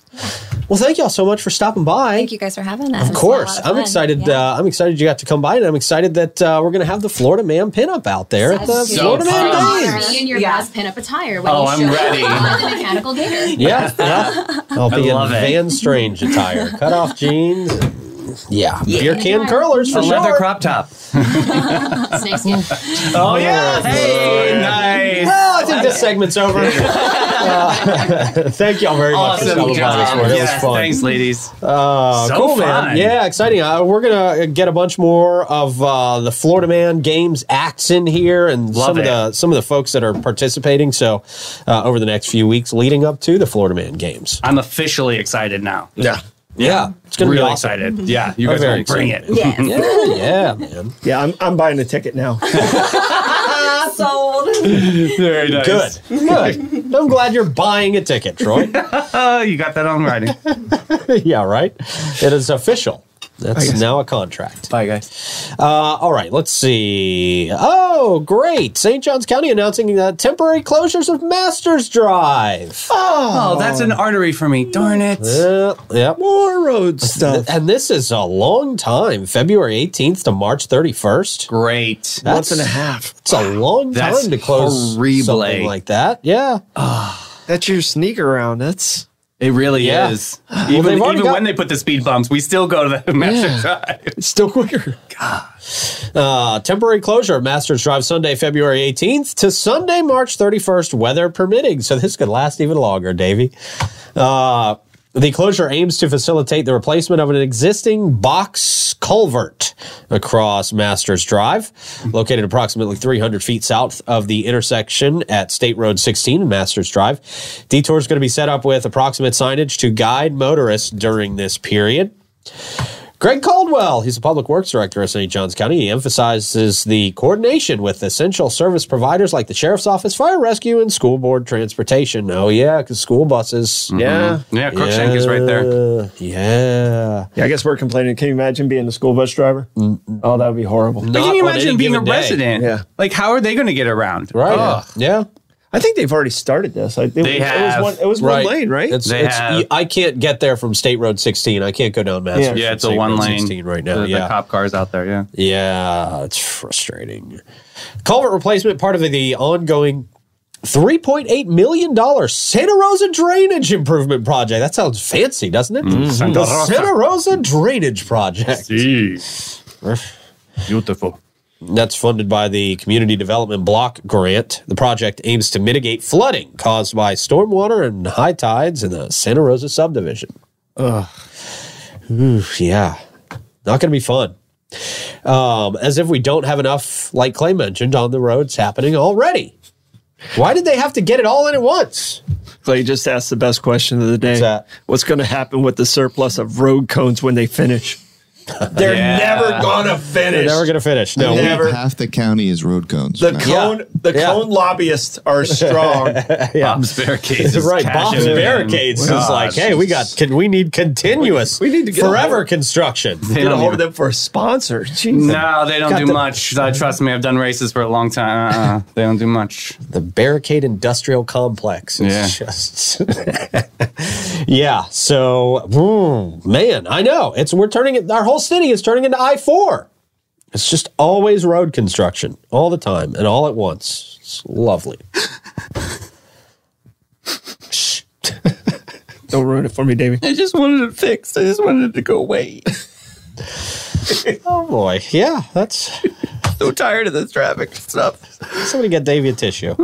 Well, thank y'all so much for stopping by. Thank you guys for having us. Of course, I'm excited. Uh, I'm excited you got to come by, and I'm excited that uh, we're going to have the Florida Man pinup out there at the So Florida Man fun. Games. Be in your Yeah. best pinup attire. When Oh, you I'm show ready. up with the mechanical gator. Yeah, yeah. I'll be love in it. Van Strange attire, cut off jeans. Yeah, beer can curlers for A leather sure. crop top. Snakeskin. Oh, yeah. Hey, Oh, nice. Well, I think this segment's over. Uh, thank y'all very much for Awesome stopping by this job. morning. It was Yes, fun. thanks, ladies. Uh, So cool, man. fun. Yeah, exciting. Uh, we're gonna get a bunch more of uh, the Florida Man games acts in here, and Love some of it. the some of the folks that are participating. So, uh, over the next few weeks leading up to the Florida Man games, I'm officially excited now. Yeah. yeah, it's gonna Really be awesome. excited. Yeah. You I'm guys very are bring it. Yes. Yeah, yeah, man. Yeah, I'm, I'm buying a ticket now. Very nice. Good, good. I'm glad you're buying a ticket, Troy. Oh, you got that on writing. yeah, right. It is official. That's now a contract. Bye, guys. Uh, all right, let's see. Oh, great. St. John's County announcing uh, temporary closures of Masters Drive. Oh, that's an artery for me. Darn it. Uh, yep. More road stuff. And this is a long time February 18th to March 31st. Great. That's, Month and a half. It's a long time That's to close horrible. something like that. Yeah. That's your sneaker round. That's It really Yeah. is. they've even already even got- when they put the speed bumps, we still go to the master drive. it's still quicker. Uh, temporary closure of Masters Drive Sunday, February 18th to Sunday, March 31st, weather permitting. So this could last even longer, Davey. Uh, the closure aims to facilitate the replacement of an existing box culvert across Masters Drive, located approximately 300 feet south of the intersection at State Road 16 and Masters Drive. Detour is going to be set up with approximate signage to guide motorists during this period. Greg Caldwell, he's a public works director at St. Johns County. He emphasizes the coordination with essential service providers like the sheriff's office, fire rescue, and school board transportation. Oh, yeah, because school buses. Yeah. Yeah, Crookshank is right there. Yeah. Yeah, I guess we're complaining. Can you imagine being the school bus driver? Oh, that would be horrible. But Not can you on any imagine being a given day. resident? Yeah. Like, how are they going to get around? Right. Ugh. Yeah. I think they've already started this. I, it, They it have. was one, it was Right. one lane, right? It's, They it's, have- I can't get there from State Road 16. I can't go down Madison. Yeah. from Yeah, it's a State Road one lane 16 right now. The, yeah. the cop cars out there. Yeah. Yeah, it's frustrating. Culvert replacement, part of the ongoing $3.8 million Santa Rosa drainage improvement project. That sounds fancy, doesn't it? Mm-hmm. Santa The Rosa. Santa Rosa drainage project. Beautiful. That's funded by the Community Development Block Grant. The project aims to mitigate flooding caused by stormwater and high tides in the Santa Rosa subdivision. Ugh. yeah. Not going to be fun. Um, as if we don't have enough, like Clay mentioned, on the roads happening already. Why did they have to get it all in at once? Clay just asked the best question of the day. that? What's going to happen with the surplus of road cones when they finish? They're Yeah. never going to finish. They're never going to finish. No, I we- think Never. Half the county is road cones. the now. cone, the Yeah. cone lobbyists are strong. Bob's barricades. Is it right? Bob's cashing in. barricades is Gosh. like, hey, we got, can, we need continuous, We- we need to get a forever hold- construction. They Get a don't hold of even- them for a sponsor. Jeez. No, they don't Got do the- much. Uh, trust me, I've done races for a long time. Uh-uh. they don't do much. the barricade industrial complex is Yeah. just yeah so mm, man i know it's we're turning it our whole city is turning into i4 it's just always road construction all the time and all at once it's lovely Don't ruin it for me, Davey. I just wanted it fixed. I just wanted it to go away. oh boy yeah that's so tired of this traffic stuff. Somebody get Davey a tissue.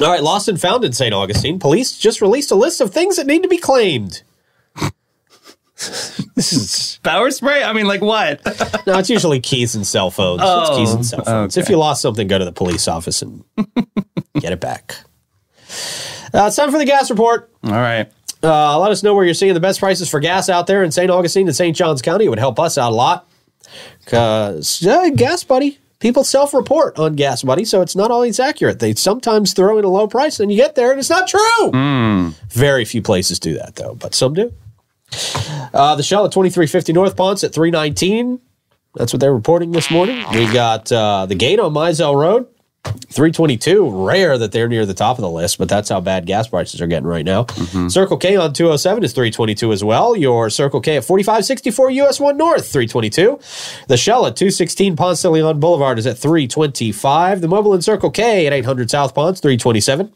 All right, lost and found in St. Augustine. Police just released a list of things that need to be claimed. this is Power spray? I mean, like what? no, it's usually keys and cell phones. it's keys and cell phones. If okay. you lost something, go to the police office and get it back. Uh, it's time for the gas report. All right. Uh, let us know where you're seeing the best prices for gas out there in St. Augustine and St. Johns County. It would help us out a lot. Cause uh, Gas Buddy, people self-report on Gas Buddy, so it's not always accurate. They sometimes throw in a low price, and you get there, and it's not true. Very few places do that though, but some do. Uh, the Shell at 2350 North Ponce at 319. That's what they're reporting this morning. We got uh, the gate on Mizell Road. 322. Rare that they're near the top of the list, but that's how bad gas prices are getting right now. Circle K on 207 is 322 as well. Your Circle K at 4564 US 1 North, 322. The Shell at 216 Ponce de Leon Boulevard is at 325. The Mobile and Circle K at 800 South Ponce, 327.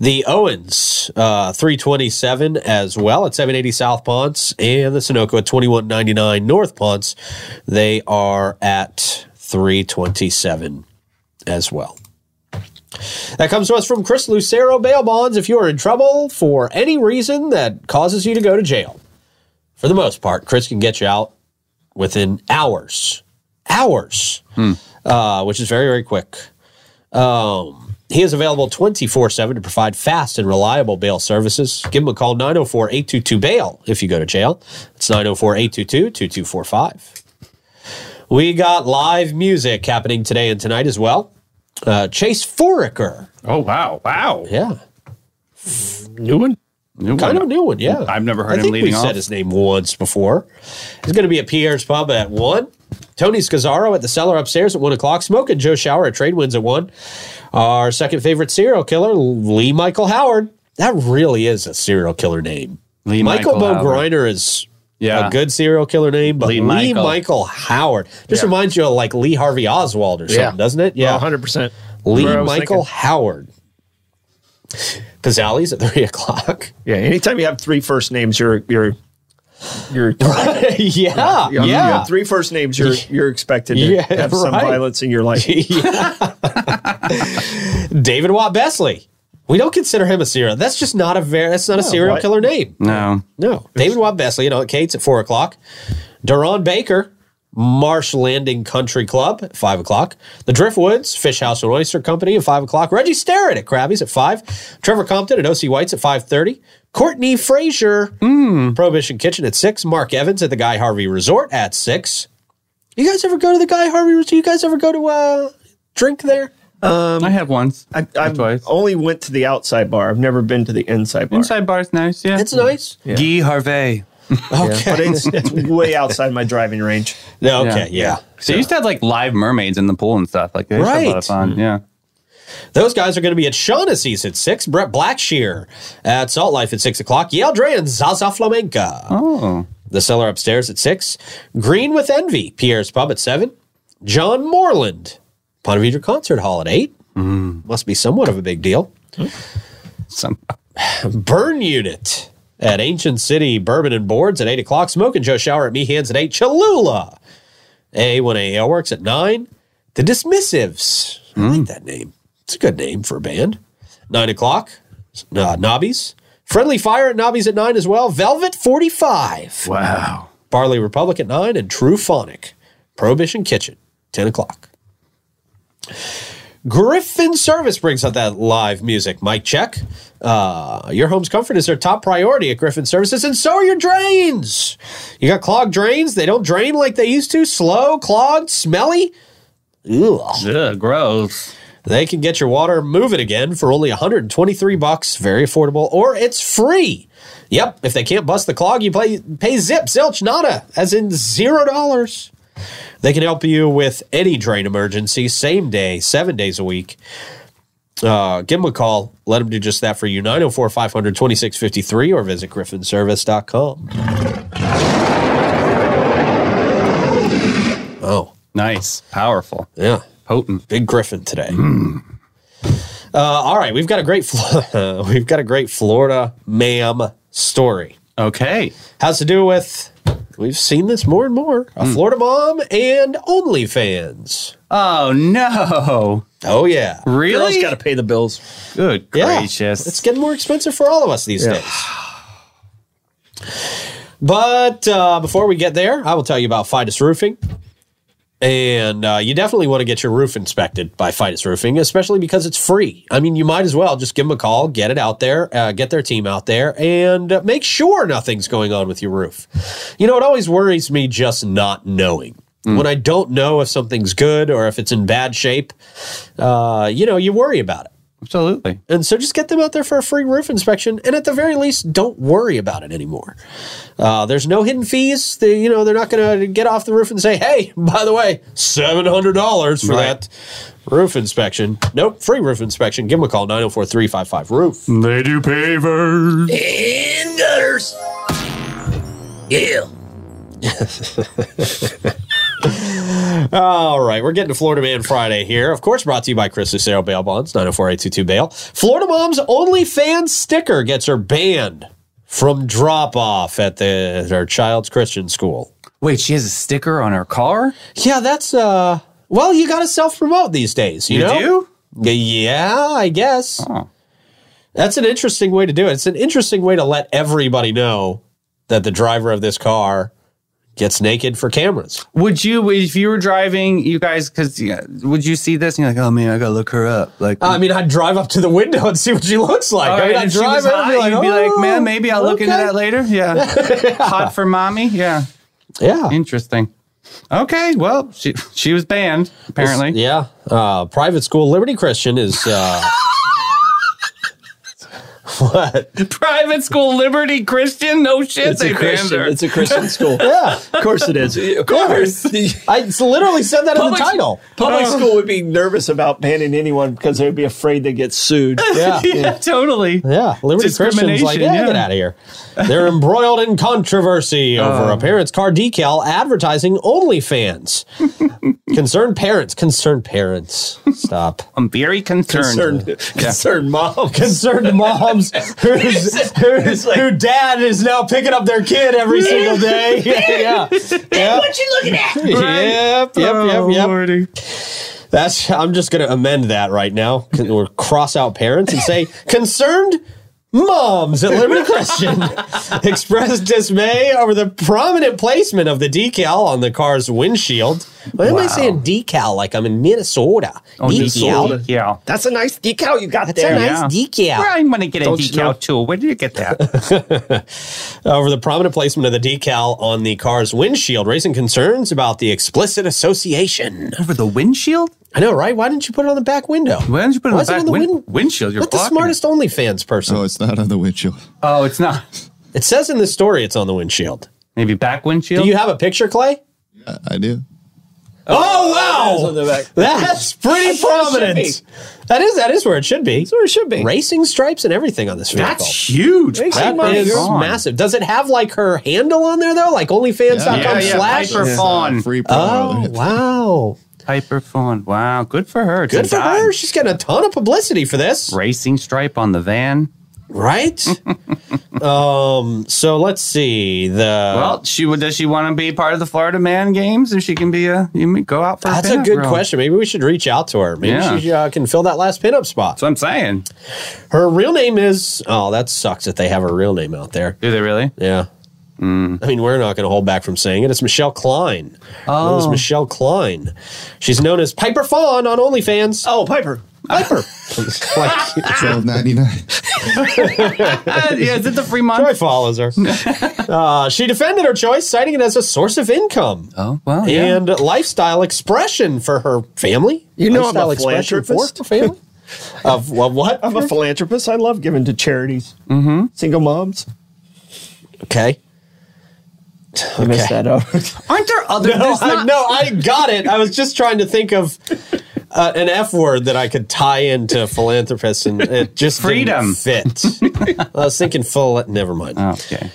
The Owens, uh, 327 as well at 780 South Ponce, and the Sunoco at 2199 North Ponce. They are at 327 as well. That comes to us from Chris Lucero Bail Bonds. If you are in trouble for any reason that causes you to go to jail, for the most part, Chris can get you out within hours, hours, uh, which is very, very quick. Um, he is available 24 7 to provide fast and reliable bail services. Give him a call 904 822 bail if you go to jail. It's 904 822 2245. We got live music happening today and tonight as well. Uh, Chase Foraker. Oh wow, wow. Yeah. New one? New Kind of a one. new one. Yeah. I've never heard I him think leading we said off. his name once before. He's going to be at Pierre's Pub at 1. Tony Scazzaro at the cellar upstairs at 1 o'clock. Smoke and Joe Shower at Trade Winds at 1. Our second favorite serial killer, Lee Michael Howard. That really is a serial killer name. Lee Michael, Bo Howard. Griner is Yeah. a good serial killer name, but Lee, Lee Michael. Michael. Howard just reminds you of like Lee Harvey Oswald or something, Yeah. doesn't it? Yeah. Yeah. 100%. Lee Where I was Michael thinking. Howard. Pizzali's at 3 o'clock. Yeah. Anytime you have three first names, you're, you're, you're, yeah. You have- you Yeah. have three first names. You're you're expected to Yeah, have some right. violence in your life. David Watt Besley. We don't consider him a serial. That's just not a very. That's not a serial what? killer name. No. No, David Watt Besley. You know, at Kate's at four o'clock. Daron Baker. Marsh Landing Country Club at 5 o'clock. The Driftwoods, Fish House and Oyster Company at 5 o'clock. Reggie Starrett at Krabby's at 5. Trevor Compton at O.C. White's at 5.30. Courtney Frazier, Hmm. Prohibition Kitchen at 6. Mark Evans at the Guy Harvey Resort at 6. You guys ever go to the Guy Harvey Resort? You guys ever go to uh, drink there? Um, I have once. I, I twice. only went to the outside bar. I've never been to the inside bar. Inside bar's nice. Yeah. It's nice. Guy Harvey. but it's, it's way outside my driving range. No, Yeah. okay, yeah. They used to have like live mermaids in the pool and stuff. Like they used to have a lot Right. Mm. of fun. Yeah. Those guys are going to be at Shaughnessy's at 6, Brett Blackshear at Salt Life at 6 o'clock, Yeldre and Zaza Flamenca. Oh. The Cellar upstairs at 6, Green with Envy, Pierre's Pub at 7, John Moreland, Ponte Vedra Concert Hall at 8. Must be somewhat of a big deal. Some Burn Unit at Ancient City Bourbon and Boards at 8 o'clock. Smoke and Joe Shower at Meehan's at 8. Cholula. A1A Ale Works at 9. The Dismissives. I like that name. It's a good name for a band. 9 o'clock. Uh, Nobbies. Friendly Fire at Nobbies at 9 as well. Velvet 45. wow. Barley Republic at 9. And True Phonic. Prohibition Kitchen. 10 o'clock. Griffin Service brings out that live music. Mike, check. Uh, your home's comfort is their top priority at Griffin Services, and so are your drains. You got clogged drains; they don't drain like they used to. Slow, clogged, smelly. Ugh. Ugh, gross. They can get your water moving again for only 123 bucks. Very affordable, or it's free. Yep, if they can't bust the clog, you pay pay zip, zilch, nada, as in zero dollars. They can help you with any drain emergency, same day, seven days a week. Uh, give them a call. Let them do just that for you. 904 500 2653 or visit griffinservice.com. Oh, Nice. Powerful. yeah. Potent. Big Griffin today. Uh, all right, we've got a great Flo- we've got a great Florida ma'am story. Okay. Has to do with we've seen this more and more a Florida mom and OnlyFans. Oh no. Oh yeah, Really? Girls got to pay the bills. Good Yeah. gracious. It's getting more expensive for all of us these days. But uh, before we get there, I will tell you about Fidus Roofing. And uh, you definitely want to get your roof inspected by Fidus Roofing, especially because it's free. I mean, you might as well just give them a call, get it out there, uh, get their team out there, and uh, make sure nothing's going on with your roof. You know, it always worries me just not knowing. When I don't know if something's good or if it's in bad shape, uh, you know, you worry about it. Absolutely. And so just get them out there for a free roof inspection. And at the very least, don't worry about it anymore. Uh, there's no hidden fees. They, you know, they're not going to get off the roof and say, hey, by the way, $700 for Right. that roof inspection. Nope, free roof inspection. Give them a call, 904 355 roof. They do pavers. And gutters. Yeah. All right, we're getting to Florida Man Friday here. Of course, brought to you by Chris Lucero Bail Bonds, 904 Bail. Florida Mom's only fan sticker gets her banned from drop off at the at her child's Christian school. Wait, she has a sticker on her car? Yeah, that's, uh, well, you got to self promote these days, you, You know? do? Yeah, I guess. Oh. That's an interesting way to do it. It's an interesting way to let everybody know that the driver of this car gets naked for cameras. Would you, if you were driving, you guys, because would you see this and you're like, oh man, I gotta look her up? Like, I mean, I'd drive up to the window and see what she looks like. all I right, mean, I'd if she was drive up and be hot, like, you'd be oh, like, man, maybe I'll look into okay." that later. Yeah. Hot for mommy. Yeah. Yeah. Interesting. Okay. Well, she she was banned, apparently. Yeah. Uh, private school Liberty Christian is. Uh, what? Private school Liberty Christian? No shit. It's a Christian. It's a Christian school. Yeah. Of course it is. Of course. I s- literally said that in the Public- title. Public school would be nervous about banning anyone because they'd be afraid they get sued. Yeah. yeah, totally. Yeah, Liberty Christian's like, Discrimination, yeah, get yeah. out of here. They're embroiled in controversy over a parent's car decal advertising OnlyFans. concerned parents, concerned parents, stop. I'm very concerned. Concerned, concerned mom. concerned moms who's, who's, who dad is now picking up their kid every single day. yeah, yeah. What you looking at? Yep, yep, yep, yep. Lordy. That's. I'm just going to amend that right now, or cross out parents and say concerned Moms at Liberty Christian expressed dismay over the prominent placement of the decal on the car's windshield. Why am I saying decal like I'm in Minnesota? Oh, decal. Yeah. That's a nice decal you got That's a there. nice decal. Well, I'm going to get a Don't you decal know? too. Where did you get that? over the prominent placement of the decal on the car's windshield, raising concerns about the explicit association. Over the windshield? I know, right? Why didn't you put it on the back window? Why didn't you put it on Why the is back win- windshield? You're Let the blocking smartest OnlyFans person. Oh, it's not on the windshield. Oh, it's not. It says in the story it's on the windshield. Maybe back windshield? Do you have a picture, Clay? I- I do. Oh wow, that's pretty prominent. That is that is where it should be. Where it should be. Racing stripes and everything on this vehicle. That's huge. Makes That it money. is Gone. massive. Does it have like her handle on there though, like OnlyFans.com Yeah, yeah, slash? Piper Fawn. Free promo. Oh wow, Piper Fawn. Wow. Good for her. good To for die. her. She's getting a ton of publicity for this, Racing stripe on the van. right? um, so let's see the. Well, she would. Does she want to be part of the Florida Man Games? If she can be a, you may go out for. that's a pinup good girl. question. Maybe we should reach out to her. Maybe Yeah. she uh, can fill that last pinup spot. That's what I'm saying. Her real name is. Oh, that sucks that they have a real name out there. Do they really? Yeah. Mm. I mean, we're not going to hold back from saying it. It's Michelle Klein. Oh. It is Michelle Klein. She's known as Piper Fawn on OnlyFans. Oh, Piper. Piper. like, Twelve ninety nine. Uh, yeah, is it the Troy Fremont? follows her. Uh, she defended her choice, citing it as a source of income Oh well, yeah. and lifestyle expression for her family. You know I'm lifestyle a for philanthropist. her family. of of what? I'm a philanthropist. I love giving to charities. Mm-hmm. Single moms. okay. I messed that up. Aren't there other? No, there's I, not- no, I got it. I was just trying to think of uh, an F word that I could tie into philanthropist, and it just Freedom. Oh. didn't fit. I was thinking full. Never mind. Okay.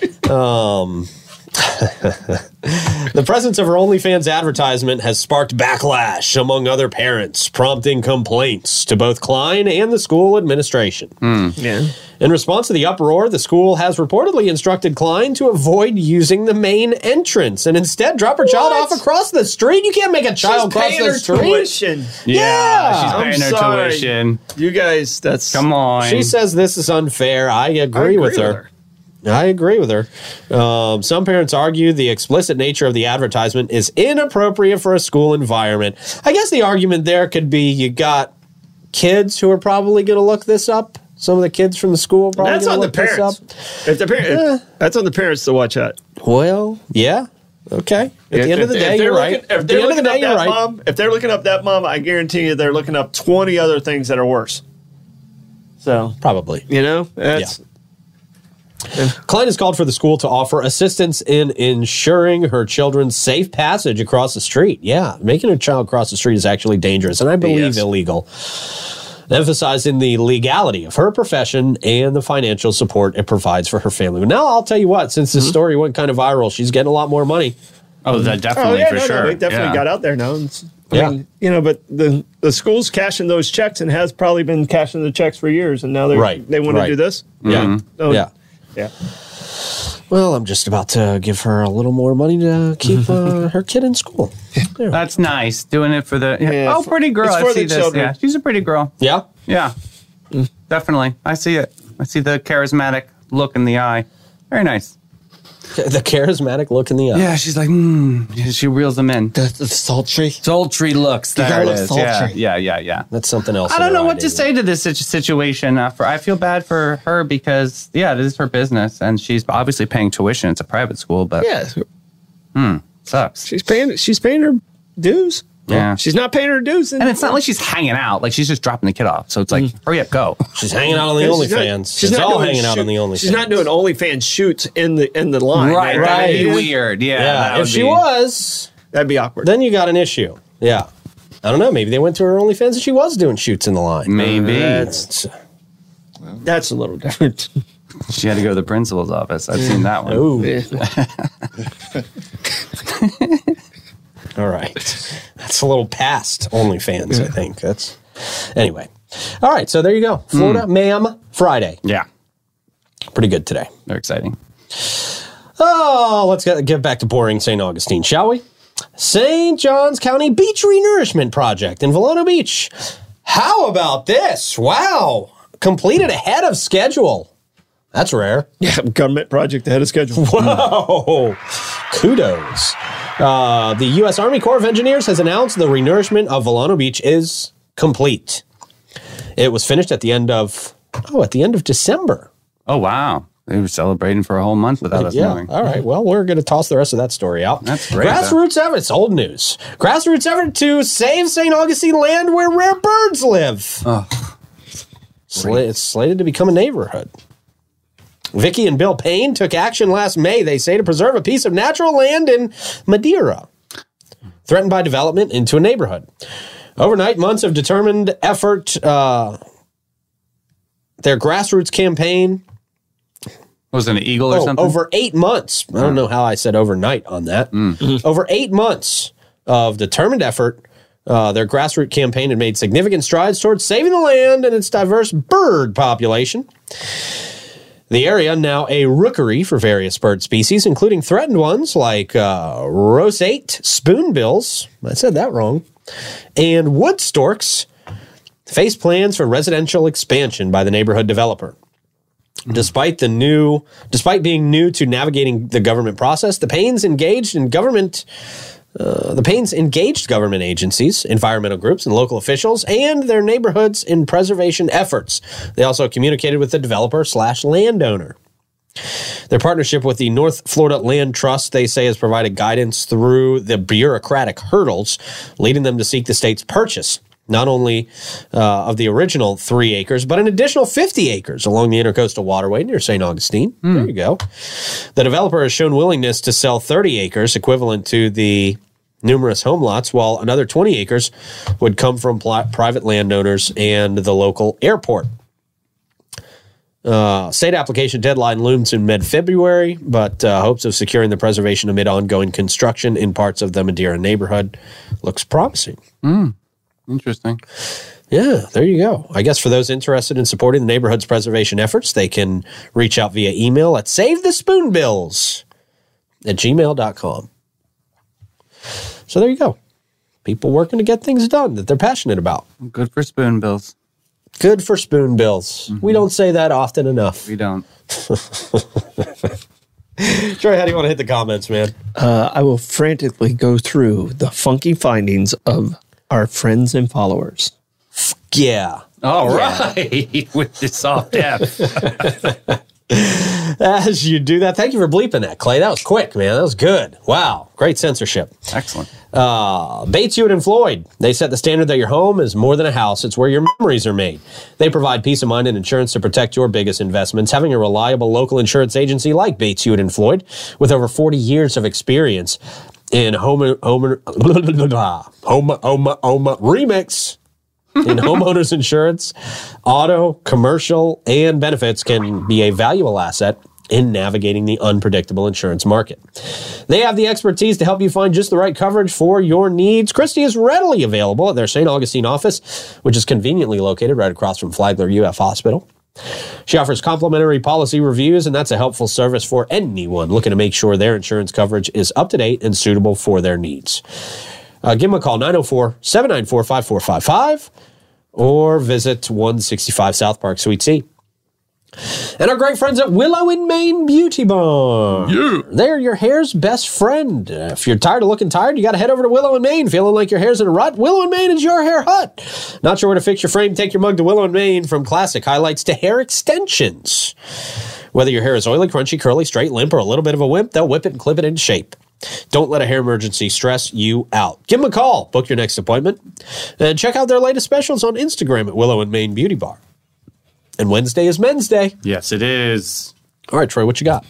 The presence of her OnlyFans advertisement has sparked backlash among other parents, prompting complaints to both Klein and the school administration. yeah. In response to the uproar, the school has reportedly instructed Klein to avoid using the main entrance and instead drop her child off across the street. You can't make a child cross the street. tuition. Yeah. she's paying I'm her sorry. tuition. You guys, that's Come on. She says this is unfair. I agree, with, her. I agree with her. Um, some parents argue the explicit nature of the advertisement is inappropriate for a school environment. I guess the argument there could be you got kids who are probably going to look this up. Some of the kids from the school are probably That's going on to the look this up. parents. If the parent, that's on the parents to watch out. Well, yeah. Okay. At If- the end of if- the if day, they're you're looking- right. If At they're the end of looking the up day, that you're right. mom, if they're looking up that mom, I guarantee you they're looking up twenty other things that are worse. So Probably. you know, that's Klein has called for the school to offer assistance in ensuring her children's safe passage across the street. Yeah, making a child cross the street is actually dangerous and I believe Yes. illegal. Emphasizing the legality of her profession and the financial support it provides for her family. Now, I'll tell you what, since this story went kind of viral, she's getting a lot more money. Oh, that Oh definitely yeah, for no, sure. no, they definitely yeah. got out there now. It's- I Yeah. mean, you know, but the the school's cashing those checks and has probably been cashing the checks for years, and now they Right, they want right. to do this. Yeah. Oh, Yeah. yeah. Mm-hmm. Well, I'm just about to give her a little more money to keep uh, her kid in school. There. That's nice. Doing it for the Yeah, oh, for- pretty girl. it's I for see the this. children. Mm. Yeah, she's a pretty girl. Yeah. Yeah, definitely. I see it. I see the charismatic look in the eye. Very nice. The charismatic look in the eye. Yeah, she's like, mm. she reels them in. That's sultry. Sultry looks. There gotta it look is. Yeah, sultry. yeah, yeah, yeah. That's something else. I don't in know her what eye, to David. say to this situ- situation. Uh, for I feel bad for her because yeah, this is her business, and she's obviously paying tuition. It's a private school, but Yeah, sucks. she's paying she's paying her dues. Yeah. she's not paying her dues. Then. And it's not like she's hanging out; like she's just dropping the kid off. So it's like, hurry up, go. She's hanging out on the Yeah, she's not- OnlyFans. She's, all doing hanging out on shoot- the OnlyFans. She's not doing OnlyFans shoots in the in the line. Right, That'd be right. Weird. Yeah. that Yeah, if would she be- was, That'd be awkward. then you got an issue. Yeah, I don't know. Maybe they went to her OnlyFans and she was doing shoots in the line. maybe It's- That's a little different. she had to go to the principal's office. I've seen that one. Ooh. Yeah. All right, that's a little past OnlyFans. I think that's anyway. All right, so there you go. Florida, ma'am. Friday, Yeah, pretty good today. they're exciting. Oh, let's get, get back to boring St. Augustine, shall we? St. John's County Beach Renourishment Project in Volano Beach. How about this? Wow. Completed ahead of schedule. That's rare. Yeah, government project ahead of schedule. Whoa! Kudos. Uh, the U.S. Army Corps of Engineers has announced the renourishment of Volano Beach is complete. It was finished at the end of oh, at the end of December. Oh wow, they were celebrating for a whole month without us Yeah. knowing. All right. Well, we're going to toss the rest of that story out. That's great, though. Grassroots effort. It's old news. Grassroots effort to save St. Augustine land where rare birds live. Sla- it's slated to become a neighborhood. Vicky and Bill Payne took action last May, they say, to preserve a piece of natural land in Madeira, threatened by development into a neighborhood. Overnight, months of determined effort, uh, their grassroots campaign, Was it an eagle or Oh, something? Over eight months. I don't know how I said overnight on that. Over eight months of determined effort, uh, their grassroots campaign had made significant strides towards saving the land and its diverse bird population. The area now a rookery for various bird species, including threatened ones like uh, roseate spoonbills. I said that wrong. And wood storks face plans for residential expansion by the neighborhood developer. Despite the new, despite being new to navigating the government process, the Paynes engaged in government, uh, the Paynes engaged government agencies, environmental groups, and local officials, and their neighborhoods in preservation efforts. They also communicated with the developer slash landowner. Their partnership with the North Florida Land Trust, they say, has provided guidance through the bureaucratic hurdles, leading them to seek the state's purchase. Not only uh, of the original three acres, but an additional 50 acres along the intercoastal waterway near St. Augustine. There you go. The developer has shown willingness to sell 30 acres, equivalent to the numerous home lots, while another 20 acres would come from pli- private landowners and the local airport. Uh, state application deadline looms in mid February, but uh, hopes of securing the preservation amid ongoing construction in parts of the Madeira neighborhood looks promising. Interesting. Yeah, there you go. I guess for those interested in supporting the neighborhood's preservation efforts, they can reach out via email at savethespoonbills at gmail.com. So there you go. People working to get things done that they're passionate about. Good for spoonbills. Good for spoonbills. We don't say that often enough. We don't. Troy, how do you want to hit the comments, man? I will frantically go through the funky findings of our friends and followers. Yeah. All right, with the soft F. As you do that, thank you for bleeping that, Clay. That was quick, man. That was good. Wow. Great censorship. Excellent. Uh, Bates, Hewitt, and Floyd. They set the standard that your home is more than a house, it's where your memories are made. They provide peace of mind and insurance to protect your biggest investments. Having a reliable local insurance agency like Bates, Hewitt, and Floyd, with over 40 years of experience in home, home, home, home, home remix in homeowners insurance, auto, commercial, and benefits can be a valuable asset in navigating the unpredictable insurance market. They have the expertise to help you find just the right coverage for your needs. Christie is readily available at their St. Augustine office, which is conveniently located right across from Flagler UF Hospital. She offers complimentary policy reviews, and that's a helpful service for anyone looking to make sure their insurance coverage is up to date and suitable for their needs. Uh, give them a call, 904 794 5455 or visit 165 South Park Suite C. And our great friends at Willow in Maine Beauty Bar. They're your hair's best friend. Uh, If you're tired of looking tired, you got to head over to Willow in Maine. Feeling like your hair's in a rut? Willow in Maine is your hair hut. Not sure where to fix your frame? Take your mug to Willow in Maine from classic highlights to hair extensions. Whether your hair is oily, crunchy, curly, straight, limp, or a little bit of a wimp, they'll whip it and clip it into shape. Don't let a hair emergency stress you out. Give them a call, book your next appointment, and check out their latest specials on Instagram at Willow and Maine Beauty Bar. And Wednesday is Men's Day. Yes, it is. All right, Troy, what you got?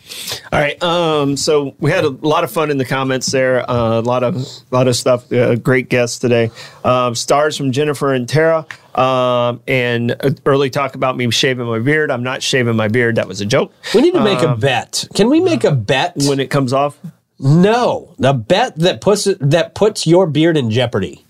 All right. Um, so we had a lot of fun in the comments there. Uh, a lot of lot of stuff. Uh, great guests today. Um, stars from Jennifer and Tara. Um, and uh, early talk about me shaving my beard. I'm not shaving my beard. That was a joke. We need to make a bet. Can we make a bet? Um, When it comes off, no, the bet that puts that puts your beard in jeopardy,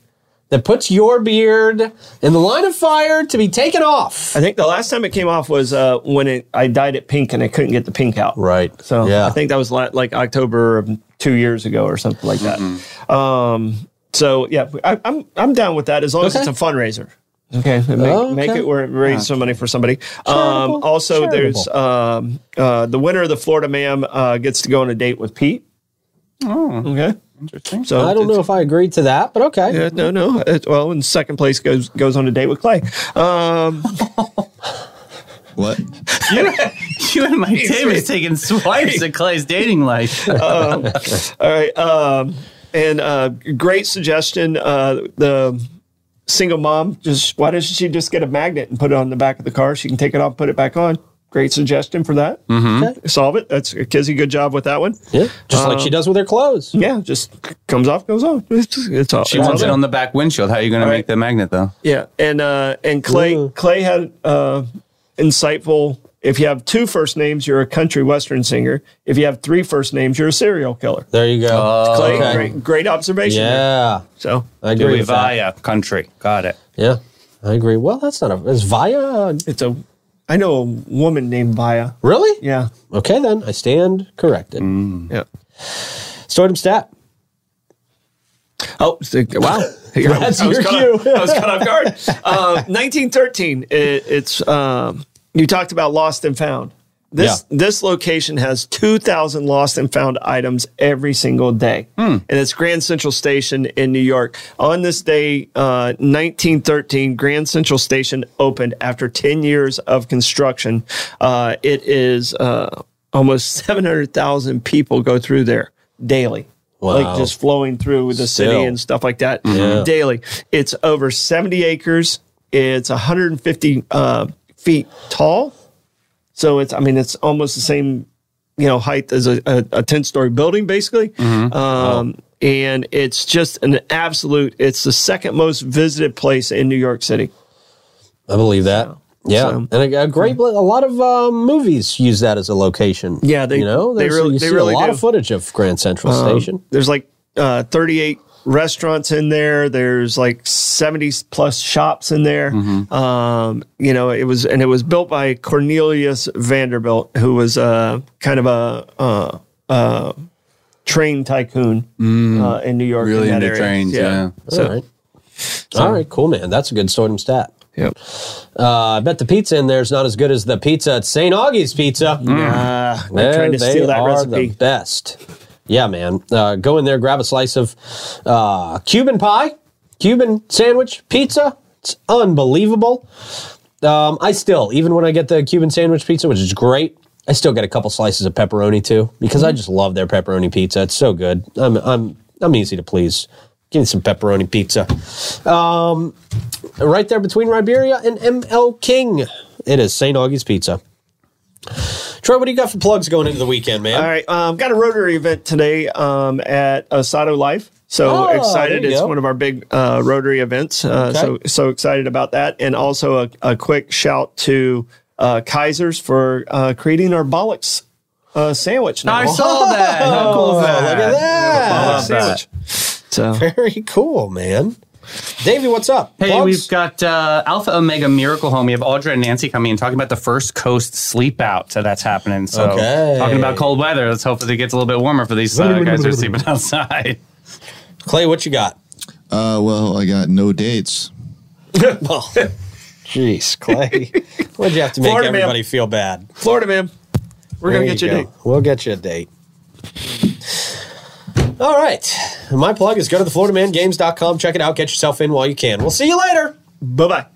that puts your beard in the line of fire to be taken off. I think the last time it came off was uh, when it I dyed it pink and I couldn't get the pink out. Right. So Yeah. I think that was la- like October of two years ago or something Mm-hmm. like that. Um, so yeah, I, I'm I'm down with that as long as Okay. it's a fundraiser. Okay, make, make Okay. it where it raised some money for somebody. Um, also, there's um, uh, the winner of the Florida Ma'am uh, gets to go on a date with Pete. okay, Interesting. so Oh. I don't know if I agreed to that, but okay. Yeah, no, no. It, well, in second place goes goes on a date with Clay. Um, What? you, you and my Davis taking swipes at Clay's dating life. all right, um, and uh, great suggestion. Uh, the single mom just why doesn't she just get a magnet and put it on the back of the car? She can take it off, put it back on. Great suggestion for that. Mm-hmm. Okay. Solve it. That's Kizzy. Good job with that one. Yeah, just Um, like she does with her clothes. Yeah, just comes off, goes on. It's, it's all. She it's wants all it there. on the back windshield. How are you going to All make right. the magnet though? Yeah, and uh, and Clay Ooh. Clay had uh, insightful. If you have two first names, you're a country western singer. If you have three first names, you're a serial killer. There you go. Oh, Clay, okay. great, great observation. there. Yeah, So I Do agree we with that. via country? Got it. Yeah, I agree. Well, that's not a. Is Via uh, it's a. I know a woman named Via. really? Yeah. Mm. Okay, then I stand corrected. Yeah. Stardom stat. Oh so- wow! That's I was your caught cue. off- I was caught off guard. Uh, 1913. It, it's um, you talked about lost and found. This this location has 2,000 lost and found items every single day, and it's Grand Central Station in New York. On this day, uh, 1913, Grand Central Station opened after 10 years of construction. Uh, it is uh, almost 700,000 people go through there daily. Wow. Like just flowing through the Still. city and stuff like that Yeah. daily. It's over 70 acres. It's 150 uh, feet tall. So it's, I mean, it's almost the same, you know, height as a, a, a 10 story building, basically. Um, And it's just an absolute, it's the second most visited place in New York City. I believe that. yeah, so- and a, a great a lot of uh, movies use that as a location. Yeah, they- you know they There's- really- you they see really a lot do. Um, of footage of Grand Central Station. There's like uh, 38 restaurants in there. There's like 70 plus shops in there. Mm-hmm. Um, you know, it was and it was built by Cornelius Vanderbilt, who was uh, kind of a uh, uh, train tycoon uh, in New York. Mm. Really in that into area. uh, trains, yeah. All right, all right, cool man. That's a good Stardom stat. Yep. Uh, I bet the pizza in there is not as good as the pizza at St. Augie's Pizza. Ah, I'm There trying to they steal that are recipe. the best. Yeah, man. Uh, go in there, grab a slice of uh, Cuban pie, Cuban sandwich, pizza. It's unbelievable. Um, I still, even when I get the Cuban sandwich pizza, which is great, I still get a couple slices of pepperoni too because I just love their pepperoni pizza. It's so good. I'm I'm I'm easy to please. Give me some pepperoni pizza. Um, right there between Riberia and ML King. It is St. Augie's Pizza. Troy, what do you got for plugs going into the weekend, man? All right, um, got a Rotary event today um, at Osado Life. So Oh, excited! there you It's go. one of our big uh, Rotary events. Uh, Okay. So so excited about that, and also a, a quick shout to uh, Kaisers for uh, creating our bollocks uh, sandwich. Now. I saw that. How cool is that? Look at Bollocks that. Love that. sandwich. So Very cool, man. Davey, what's up? Hey, Plugs? we've got uh, Alpha Omega Miracle Home. We have Audra and Nancy coming and talking about the first coast sleep out. So that's happening. So Okay. talking about cold weather. Let's hope that it gets a little bit warmer for these uh, guys who are sleeping outside. Clay, what you got? Uh, well, I got no dates. Jeez, Clay. What'd you have to make Florida man. everybody feel bad? Florida, man, we're gonna There get you a go. date. We'll get you a date. All right. My plug is go to the FloridaManGames.com. Check it out. Get yourself in while you can. We'll see you later. Bye bye.